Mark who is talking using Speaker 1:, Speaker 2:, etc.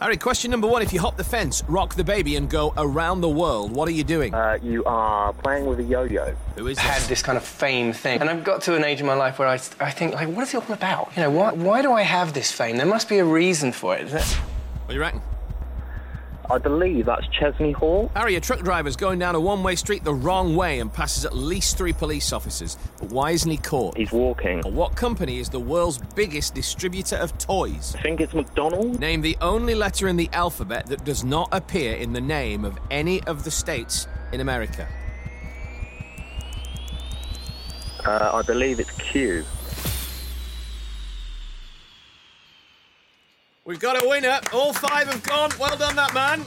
Speaker 1: Harry, question number one. If you hop the fence, rock the baby, and go around the world, what are you doing?
Speaker 2: Uh, you are playing with a yo-yo.
Speaker 1: Who is
Speaker 3: had
Speaker 1: this?
Speaker 3: this kind of fame thing. And I've got to an age in my life where I, I think, like, what is it all about? You know, why, why do I have this fame? There must be a reason for it.
Speaker 1: What do you reckon?
Speaker 2: I believe that's Chesney Hall.
Speaker 1: Harry, a truck driver's going down a one way street the wrong way and passes at least three police officers. But why isn't he caught?
Speaker 2: He's walking.
Speaker 1: What company is the world's biggest distributor of toys?
Speaker 2: I think it's McDonald's.
Speaker 1: Name the only letter in the alphabet that does not appear in the name of any of the states in America.
Speaker 2: Uh, I believe it's Q.
Speaker 1: We've got a winner. All five have gone. Well done, that man.